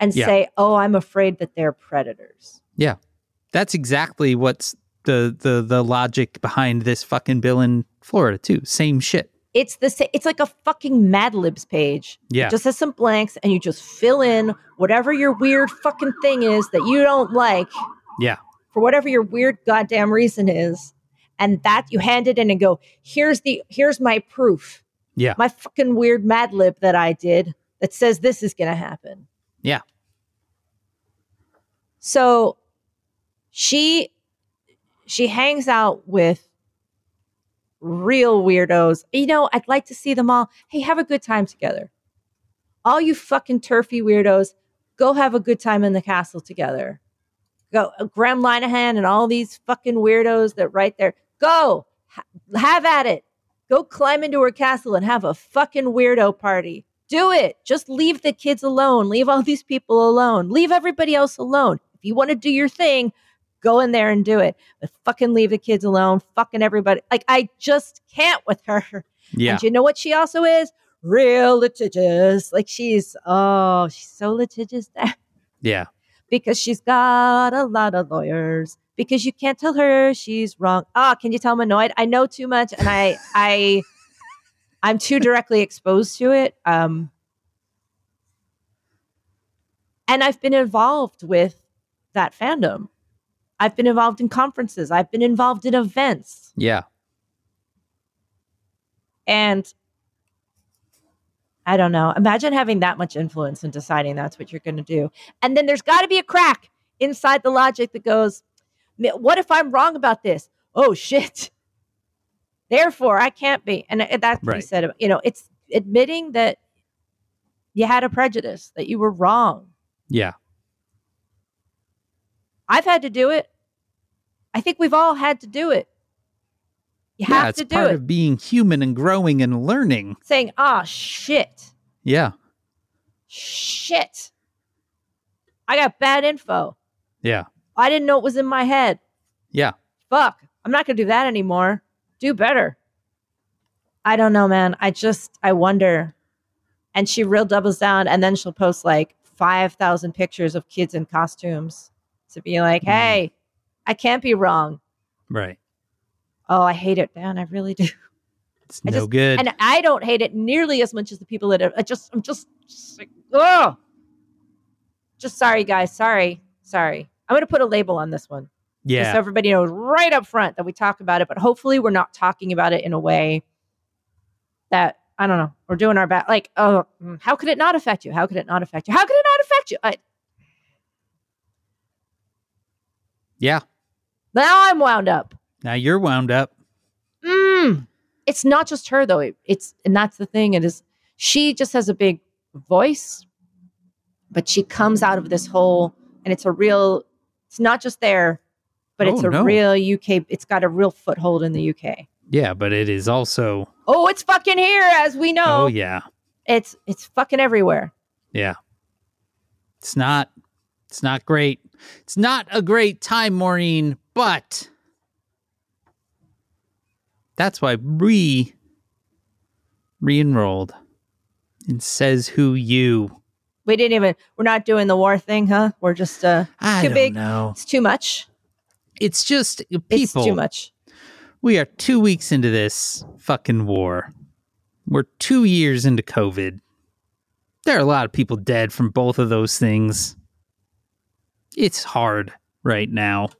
and Yeah. say, oh, I'm afraid that they're predators. That's exactly what's the the the logic behind this fucking bill in Florida too. Same shit. It's the sa- it's like a fucking Mad Libs page. Yeah. Just has some blanks and you just fill in whatever your weird fucking thing is that you don't like. Yeah. For whatever your weird goddamn reason is. And that you hand it in and go, here's the here's my proof. Yeah. My fucking weird mad lib that I did that says this is gonna happen. Yeah. So she she hangs out with real weirdos. You know, I'd like to see them all. Hey, have a good time together. All you fucking turfy weirdos, go have a good time in the castle together. Go, uh, Graham Linehan and all these fucking weirdos that right there, go ha- have at it. Go climb into her castle and have a fucking weirdo party. Do it. Just leave the kids alone. Leave all these people alone. Leave everybody else alone. If you want to do your thing, go in there and do it. But fucking leave the kids alone. Fucking everybody. Like, I just can't with her. Yeah. And you know what she also is? Real litigious. Like she's oh, she's so litigious there Yeah. because she's got a lot of lawyers. Because you can't tell her she's wrong. Ah, can you tell I'm annoyed? I know too much and I I I'm too directly exposed to it. Um And I've been involved with that fandom. I've been involved in conferences. I've been involved in events. Yeah. And I don't know. Imagine having that much influence and deciding that's what you're going to do. And then there's got to be a crack inside the logic that goes, "Ma- what if I'm wrong about this? Oh, shit. Therefore, I can't be. And uh, that's what he Right. said. about- You know, it's admitting that you had a prejudice, that you were wrong. Yeah. I've had to do it. I think we've all had to do it. You yeah. have It's to do part it. of being human and growing and learning. Saying, ah, shit. Yeah. shit i got bad info Yeah. i didn't know it was in my head Yeah. fuck i'm not gonna do that anymore do better i don't know man i just i wonder and she real doubles down and then she'll post like 5000 pictures of kids in costumes to be like Mm. hey i can't be wrong Right. oh i hate it man i really do It's I no just- good. and i don't hate it nearly as much as the people that i just i'm just, just like oh just sorry guys sorry sorry i'm going to put a label on this one just so yeah. everybody knows right up front that we talk about it but hopefully we're not talking about it in a way that i don't know we're doing our best like oh mm, how could it not affect you how could it not affect you how could it not affect you I, Yeah. now i'm wound up Now you're wound up. mm. it's not just her though It- it's and that's the thing it is she just has a big voice but she comes out of this whole and it's a real it's not just there but it's Oh, a no. real uk it's got a real foothold in the uk Yeah. But it is also. oh it's fucking here as we know Oh, yeah. it's it's fucking everywhere Yeah. It's not. It's not great. It's not a great time, Maureen, but that's why we re enrolled and says who you. we didn't even we're not doing the war thing huh we're just uh I Too don't big. know. it's too much It's just it's too people. much We are two weeks into this fucking war. We're two years into COVID. There are a lot of people dead from both of those things. It's hard right now.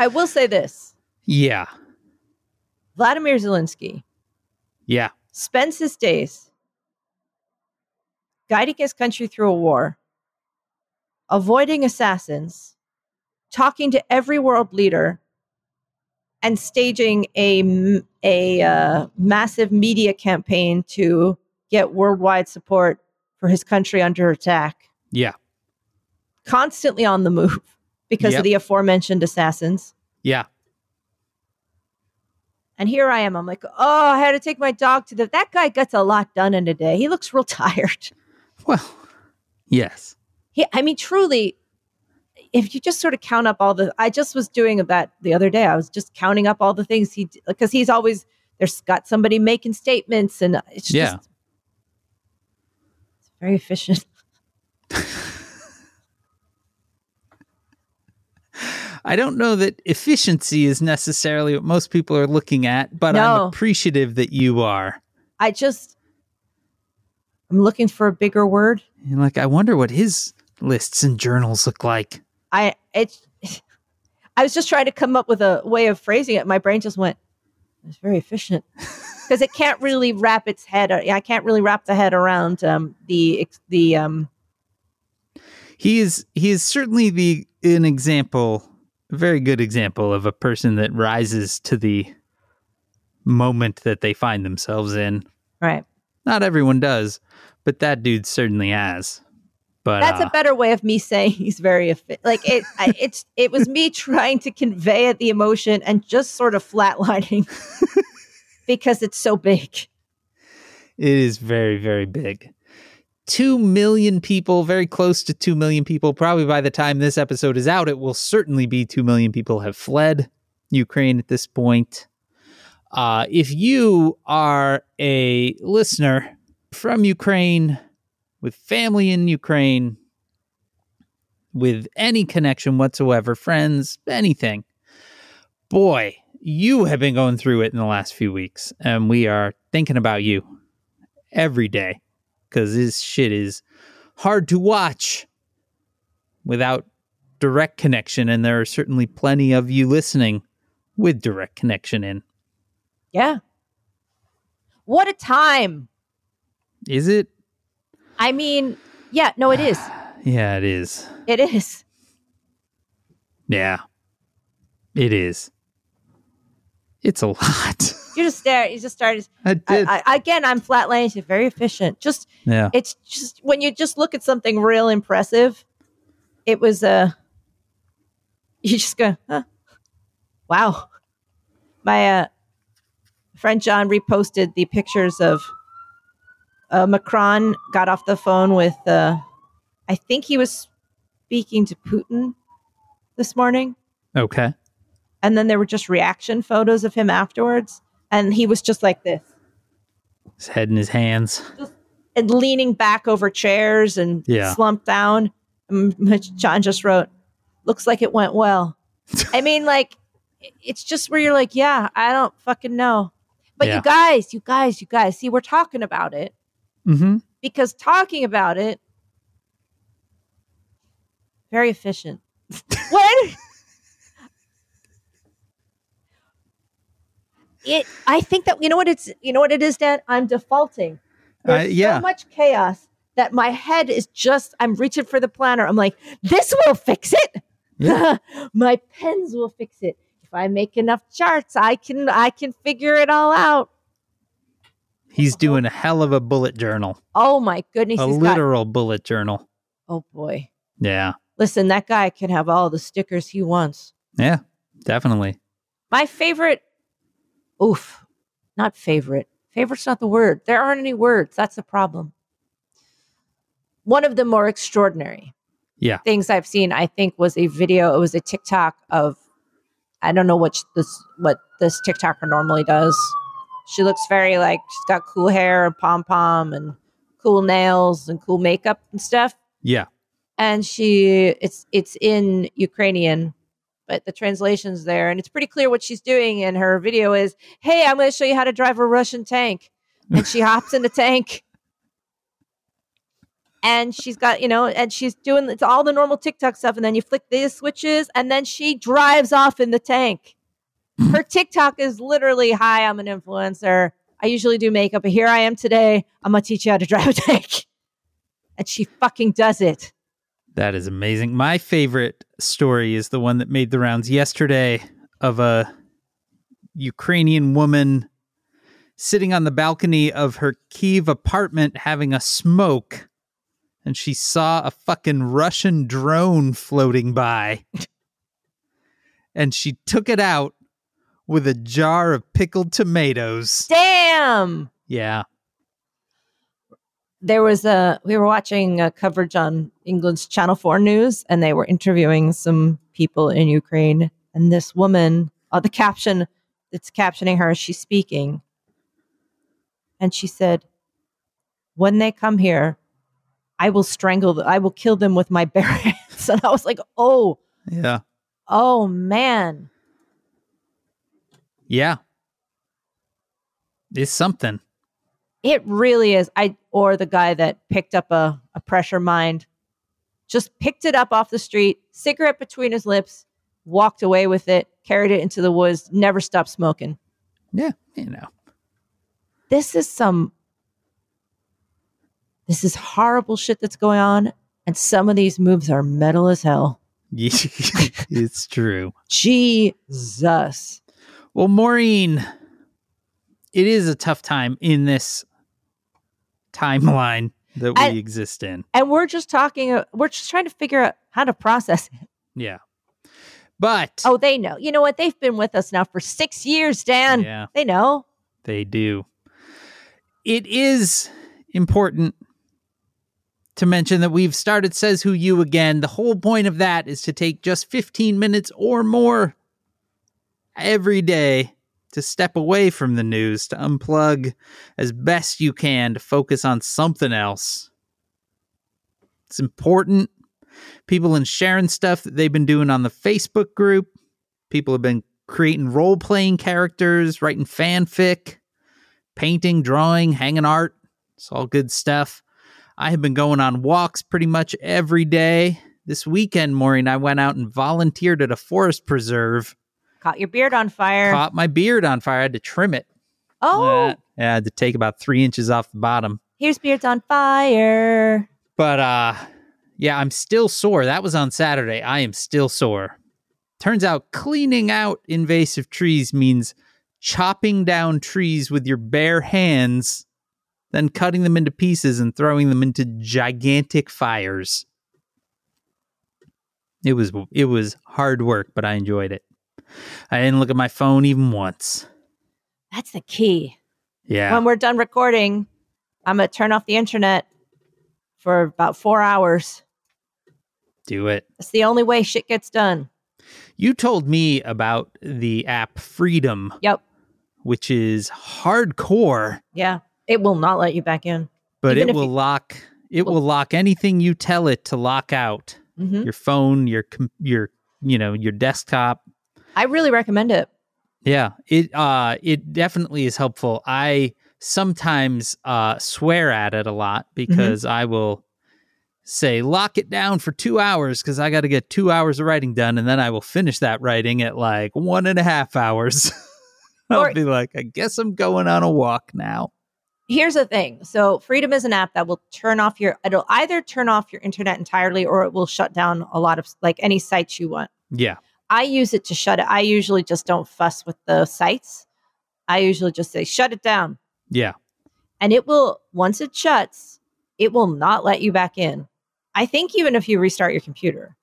i will say this Yeah. vladimir zelensky Yeah. spends his days guiding his country through a war, avoiding assassins, talking to every world leader, and staging a, m- a uh, massive media campaign to get worldwide support for his country under attack. Yeah. Constantly on the move because Yep. of the aforementioned assassins. Yeah. And here I am. I'm like, oh, I had to take my dog to the. That guy gets a lot done in a day. He looks real tired. Well, yes. He, I mean, truly, if you just sort of count up all the, I just was doing that the other day. I was just counting up all the things he, because he's always there's got somebody making statements, and it's Yeah. just it's very efficient. I don't know that efficiency is necessarily what most people are looking at, but I'm No. appreciative that you are. I just I'm looking for a bigger word. And like, I wonder what his lists and journals look like. I it's I was just trying to come up with a way of phrasing it. My brain just went, it's very efficient. Because it can't really wrap its head. uh, I can't really wrap the head around um, the ex- the um, He is he is certainly the an example, a very good example of a person that rises to the moment that they find themselves in. right. Not everyone does, but that dude certainly has. But That's uh, a better way of me saying he's very effi- like it. I, it's it was me trying to convey it, the emotion and just sort of flatlining because it's so big. It is very, very big. 2 million people, very close to 2 million people. Probably by the time this episode is out, it will certainly be 2 million people have fled Ukraine at this point. Uh, if you are a listener from Ukraine with family in Ukraine, with any connection whatsoever, friends, anything, boy, you have been going through it in the last few weeks, and we are thinking about you every day because this shit is hard to watch without direct connection, and there are certainly plenty of you listening with direct connection in. Yeah. What a time. Is it? I mean, yeah, no, it is. Yeah, it is. It is. Yeah, it is. It's a lot. You just stare. You just started. I did. I, I, again, I'm flat laying. She's very efficient. Just yeah. it's just when you just look at something real impressive, it was Uh, you just go, huh? wow. My uh, friend John reposted the pictures of uh, Macron got off the phone with. Uh, I think he was speaking to Putin this morning, Okay. and then there were just reaction photos of him afterwards, and he was just like this. His head in his hands. and leaning back over chairs and Yeah. slumped down. Um, John just wrote, "Looks like it went well." I mean, like, it- it's just where you're like, "Yeah, I don't fucking know," but Yeah. you guys, you guys, you guys, see, we're talking about it Mm-hmm. because talking about it very efficient. what? It. I think that you know what it's. You know what it is, Dan. I'm defaulting. There's I- yeah. so much chaos that my head is just. I'm reaching for the planner. I'm like, this will fix it. Yeah. my pens will fix it. If I make enough charts, I can. I can figure it all out. He's doing a hell of a bullet journal, Oh my goodness! a he's got- literal bullet journal. oh boy. Yeah. Listen, that guy can have all the stickers he wants. Yeah. Definitely. My favorite, oof, not favorite. Favorite's not the word. There aren't any words. That's the problem. One of the more extraordinary Yeah. things I've seen, I think, was a video. It was a TikTok of, I don't know what sh- this what this TikToker normally does. She looks very like she's got cool hair and pom pom and cool nails and cool makeup and stuff Yeah. and she it's it's in Ukrainian, but the translation's there, and it's pretty clear what she's doing. And her video is, "Hey, I'm going to show you how to drive a Russian tank," and she hops in the tank, and she's got you know, and she's doing it's all the normal TikTok stuff, and then you flick these switches, and then she drives off in the tank. Her TikTok is literally, "Hi, I'm an influencer." I usually do makeup, but here I am today. I'm gonna teach you how to drive a tank. And she fucking does it. That is amazing. My favorite story is the one that made the rounds yesterday of a Ukrainian woman sitting on the balcony of her Kiev apartment having a smoke and she saw a fucking Russian drone floating by. and she took it out with a jar of pickled tomatoes. Damn. Yeah. There was a we were watching uh coverage on England's Channel 4 news and they were interviewing some people in Ukraine and this woman uh, the caption that's captioning her she's speaking and she said when they come here I will strangle th- I will kill them with my bare hands and I was like oh Yeah. oh man Yeah. It's something. It really is. I or the guy that picked up a, a pressure mind, just picked it up off the street, cigarette between his lips, walked away with it, carried it into the woods, never stopped smoking. Yeah. You know. This is some this is horrible shit that's going on. And some of these moves are metal as hell. Yeah, it's true. Jesus. Well, Maureen, it is a tough time in this timeline that we I- exist in. And we're just talking uh, we're just trying to figure out how to process it. Yeah. But Oh, they know. You know what? They've been with us now for six years, Dan. yeah, They know. they do. It is important to mention that we've started Says Who You again. The whole point of that is to take just 15 minutes or more every day to step away from the news, to unplug as best you can, to focus on something else. It's important. People in sharing stuff that they've been doing on the Facebook group. People have been creating role playing characters, writing fanfic, painting, drawing, hanging art. It's all good stuff. I have been going on walks pretty much every day This weekend, Maureen, I went out and volunteered at a forest preserve. Caught your beard on fire. Caught my beard on fire. I had to trim it. oh, Uh, I had to take about three inches off the bottom. here's beards on fire. But uh, yeah, I'm still sore. That was on Saturday. I am still sore. Turns out cleaning out invasive trees means chopping down trees with your bare hands, then cutting them into pieces and throwing them into gigantic fires. It was it was hard work, but I enjoyed it. I didn't look at my phone even once. That's the key. Yeah. When we're done recording, I'm gonna turn off the internet for about four hours. do it. That's the only way shit gets done. You told me about the app Freedom. Yep. Which is hardcore, Yeah, it will not let you back in. but Even it if will you- lock it Well- will lock anything you tell it to lock out. hmm Your phone, your com- your you know, your desktop. I really recommend it. Yeah, it uh it definitely is helpful. I sometimes uh swear at it a lot Mm-hmm. because I will say lock it down for two hours because I got to get two hours of writing done, and then I will finish that writing at like one and a half hours. I'll Or- be like, I guess I'm going on a walk now. Here's the thing. So, Freedom is an app that will turn off your. It'll either turn off your internet entirely, or it will shut down a lot of like any sites you want. Yeah, I use it to shut it. I usually just don't fuss with the sites. I usually just say shut it down. yeah, And it will once it shuts, it will not let you back in. I think even if you restart your computer.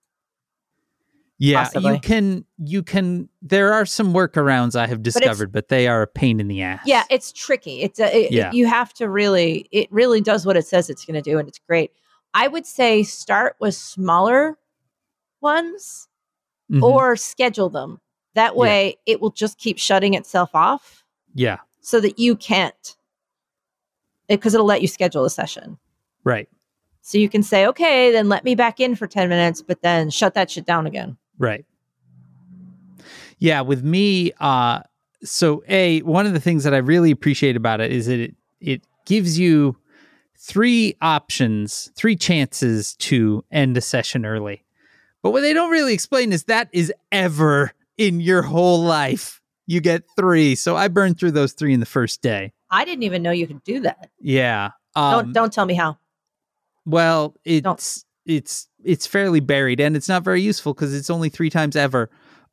yeah. Possibly. You can, you can. There are some workarounds I have it's- discovered, but, they are a pain in the ass. Yeah, it's tricky. It's a, it, Yeah. you have to really it really does what it says it's going to do and it's great. I would say start with smaller ones. Mhm. or schedule them. That Yeah. way, it will just keep shutting itself off yeah, so that you can't, because it'll let you schedule a session. right, So you can say, okay, then let me back in for 10 minutes, but then shut that shit down again. right. Yeah, with me, uh, so a one of the things that I really appreciate about it is that it it gives you three options, three chances to end a session early. But what they don't really explain is that is ever in your whole life. You get three. So I burned through those three in the first day. I didn't even know you could do that. Yeah. Um, don't don't tell me how. Well, it's it's it's fairly buried and it's not very useful because it's only three times ever.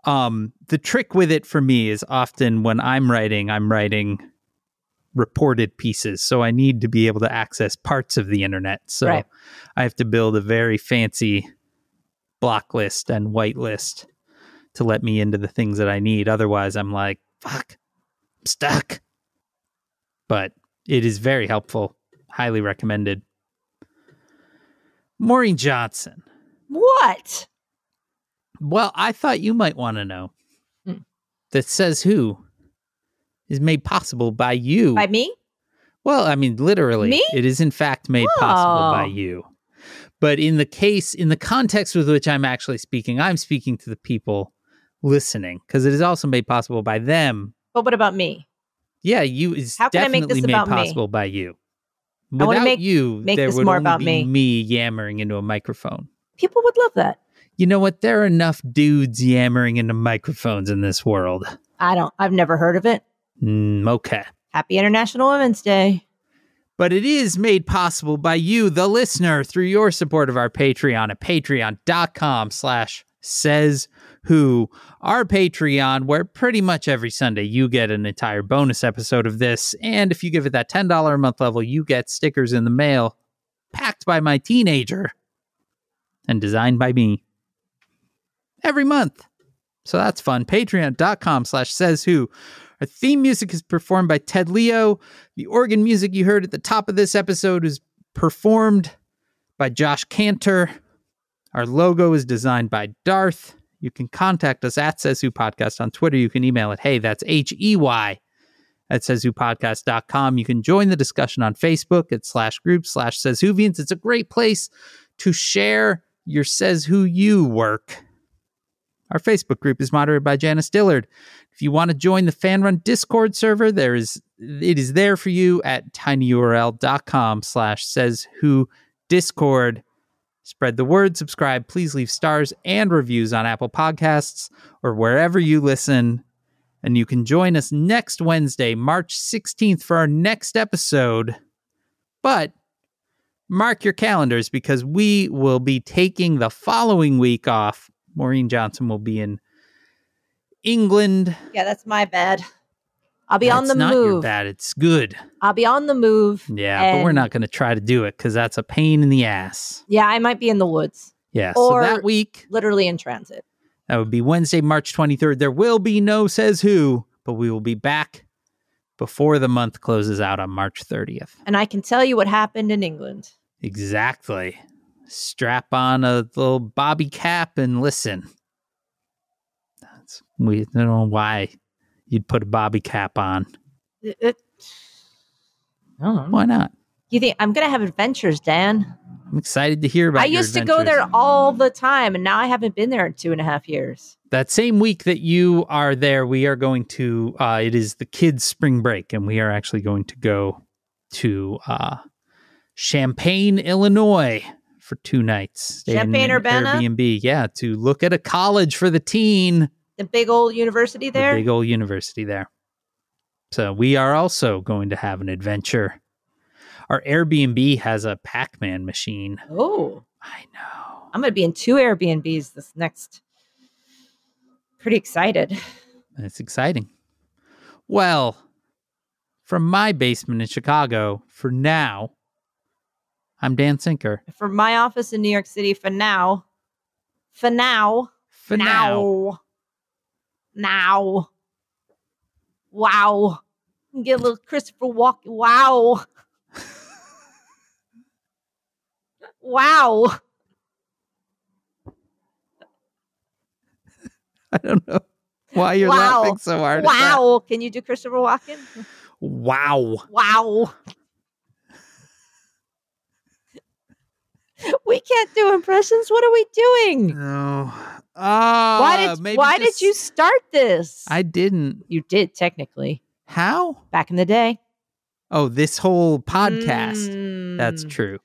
Um, the trick with it for me is often when I'm writing, I'm writing reported pieces, so I need to be able to access parts of the internet. So Right. I have to build a very fancy block list and whitelist to let me into the things that I need. Otherwise, I'm like, fuck, I'm stuck. But it is very helpful. Highly recommended. Maureen Johnson. What? Well, I thought you might want to know Hmm. that says who is made possible by you. By me? well, I mean, literally, Me? it is in fact made possible by Oh. you. But in the case, in the context with which I'm actually speaking, I'm speaking to the people listening because it is also made possible by them. But what about me? Yeah, you is How can I make definitely this made about me? possible by you. wanna Without make- you, make there this would more only about be me. me yammering into a microphone. People would love that. You know what? There are enough dudes yammering into microphones in this world. I don't I've never heard of it. Mm, okay. Happy International Women's Day. But it is made possible by you, the listener, through your support of our Patreon at patreon.com slash says who. Our Patreon, where pretty much every Sunday you get an entire bonus episode of this. And if you give it that $10 a month level, you get stickers in the mail packed by my teenager and designed by me every month. So that's fun. Patreon.com slash says who. Our theme music is performed by Ted Leo. The organ music you heard at the top of this episode is performed by Josh Cantor. Our logo is designed by Darth. You can contact us at Says Who Podcast on Twitter. You can email it, hey, that's H E Y at sayswhopodcast.com. You can join the discussion on Facebook at slash group slash says whovians. It's a great place to share your says who you work. Our Facebook group is moderated by Janice Dillard. If you want to join the fan run Discord server, there is it is there for you at tinyurl.com slash says who discord. Spread the word, subscribe, please leave stars and reviews on Apple Podcasts or wherever you listen. And you can join us next Wednesday, March 16th, for our next episode. But mark your calendars because we will be taking the following week off. Maureen Johnson will be in England. Yeah, that's my bad. I'll be on That's the not Your move. bad. Hmm. It's good. I'll be on the move. Yeah, but we're And- not going to try to do it because that's a pain in the ass. Yeah, I might be in the woods, Yeah. Or- so that week, literally in transit. that would be Wednesday, March 23rd. There will be no says who, but we will be back before the month closes out on March 30th. And I can tell you what happened in England. Exactly. Strap on a little bobby cap and listen. That's we I don't know why you'd put a bobby cap on. It- it- I don't know. Why not? You think I'm gonna have adventures, Dan? I'm excited to hear about. I your used to go adventures. there all the time, and now I haven't been there in two and a half years. that same week that you are there, we are going to. Uh, it is the kids' spring break, and we are actually going to go to uh, Champaign, Illinois, for two nights. stay in Champaign, an Urbana? Airbnb, yeah, to look at a college for the teen. The big old university the there. big old university there. So we are also going to have an adventure. Our Airbnb has a Pac-Man machine. oh, I know. I'm gonna be in two Airbnbs this next. Pretty excited. It's exciting. Well, from my basement in Chicago, for now, I'm Dan Sinker. For my office in New York City, for now, for now, For now, now, now. wow, get a little Christopher Walk. Wow, wow. I don't know why you're Wow. laughing so hard. at that. Wow. Can you do Christopher Walken? Wow. Wow. we can't do impressions. What are we doing? No. Oh, why did why did you start this? I didn't. you did technically How? back in the day. Oh, this whole podcast. That's Mm. true.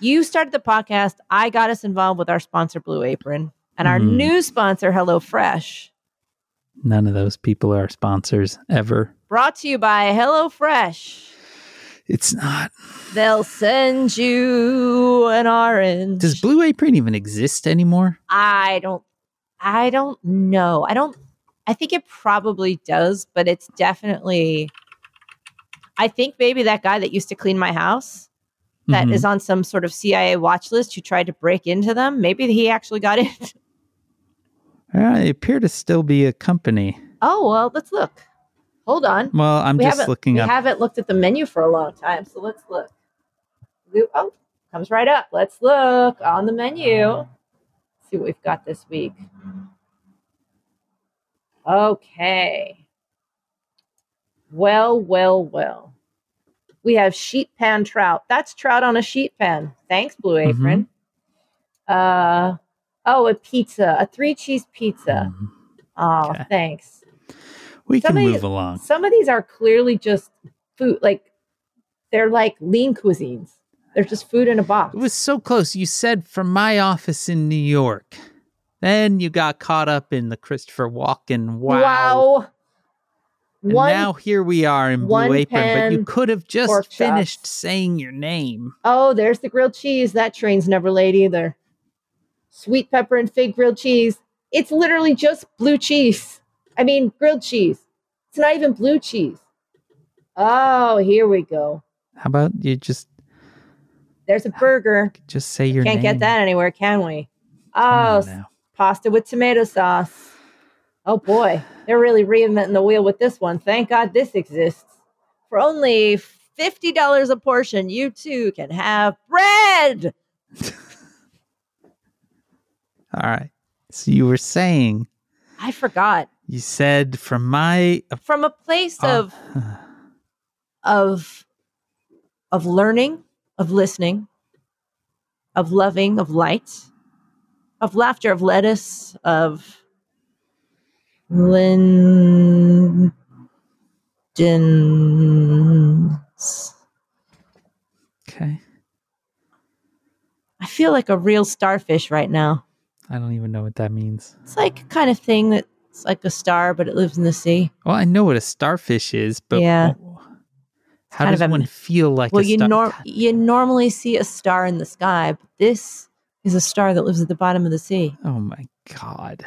You started the podcast. I got us involved with our sponsor Blue Apron and our Mm. new sponsor HelloFresh. None of those people are sponsors ever. Brought to you by HelloFresh. It's not. They'll send you an orange. Does Blue Apron even exist anymore? I don't I don't know. I don't I think it probably does, but it's definitely I think maybe that guy that used to clean my house that is Mhm. on some sort of CIA watch list who tried to break into them, maybe he actually got in. Uh, they appear to still be a company. oh, well, let's look. Hold on. Well, I'm We just haven't- looking we up. haven't looked at the menu for a long time, so let's look. Blue- Oh, comes right up. Let's look on the menu. See what we've got this week. Okay. Well, well, well. We have sheet pan trout. That's trout on a sheet pan. Thanks, Blue Mm-hmm. Apron. Uh oh, a pizza, a three cheese pizza. Mhm. Oh, Okay. thanks We can Somebody- move along. some of these are clearly just food like they're like lean cuisines they're just food in a box It was so close. You said from my office in New York. Then you got caught up in the Christopher Walken. Wow. Wow. And one now here we are in Blue one Apron, but you pan could have pork just chops. finished saying your name. oh there's the grilled cheese that train's never late either sweet pepper and fig grilled cheese it's literally just blue cheese i mean grilled cheese it's not even blue cheese oh here we go How about you just there's a burger just say your can't name? get that anywhere can we Come oh on now. pasta with tomato sauce. Oh boy, they're really reinventing the wheel with this one. Thank God this exists. For only $50 a portion, you too can have bread. All right. So you were saying I forgot. you said from my From a place of Uh, of of learning, of listening, of loving, of light, of laughter, of lettuce, of Linden. okay. I feel like a real starfish right now. I don't even know what that means. It's like a kind of thing that's like a star, but it lives in the sea. Well, I know what a starfish is, but Yeah. how kind does of a- one feel like well, a you star? nor- you normally see a star in the sky, but this is a star that lives at the bottom of the sea, oh my god.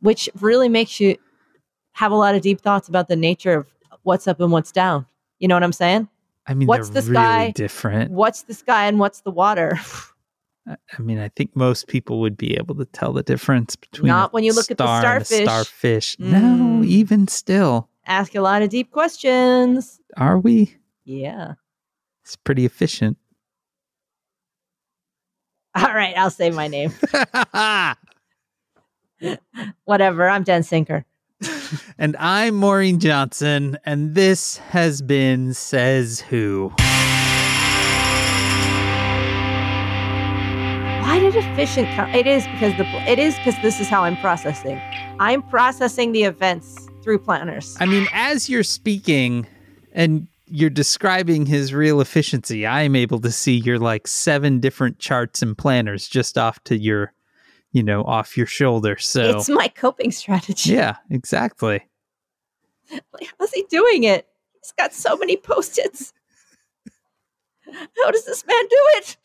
which really makes you have a lot of deep thoughts about the nature of what's up and what's down. You know what I'm saying? I mean, What's they're the really sky? different. What's the sky and what's the water? I I mean, I think most people would be able to tell the difference between Not a when you look at the star and a starfish. starfish. No, Mm. even still, Ask a lot of deep questions. are we? Yeah. It's pretty efficient. All right, I'll say my name. Whatever. I'm Dan Sinker. and I'm Maureen Johnson, and this has been Says Who. Why did efficient come? It is because the pl- it is because this is how I'm processing. I'm processing the events through planners. I mean, as you're speaking and you're describing his real efficiency, I am able to see your like seven different charts and planners just off to your, you know, off your shoulder. So, It's my coping strategy. yeah, exactly. Like, how's he doing it? He's got so many post-its. How does this man do it?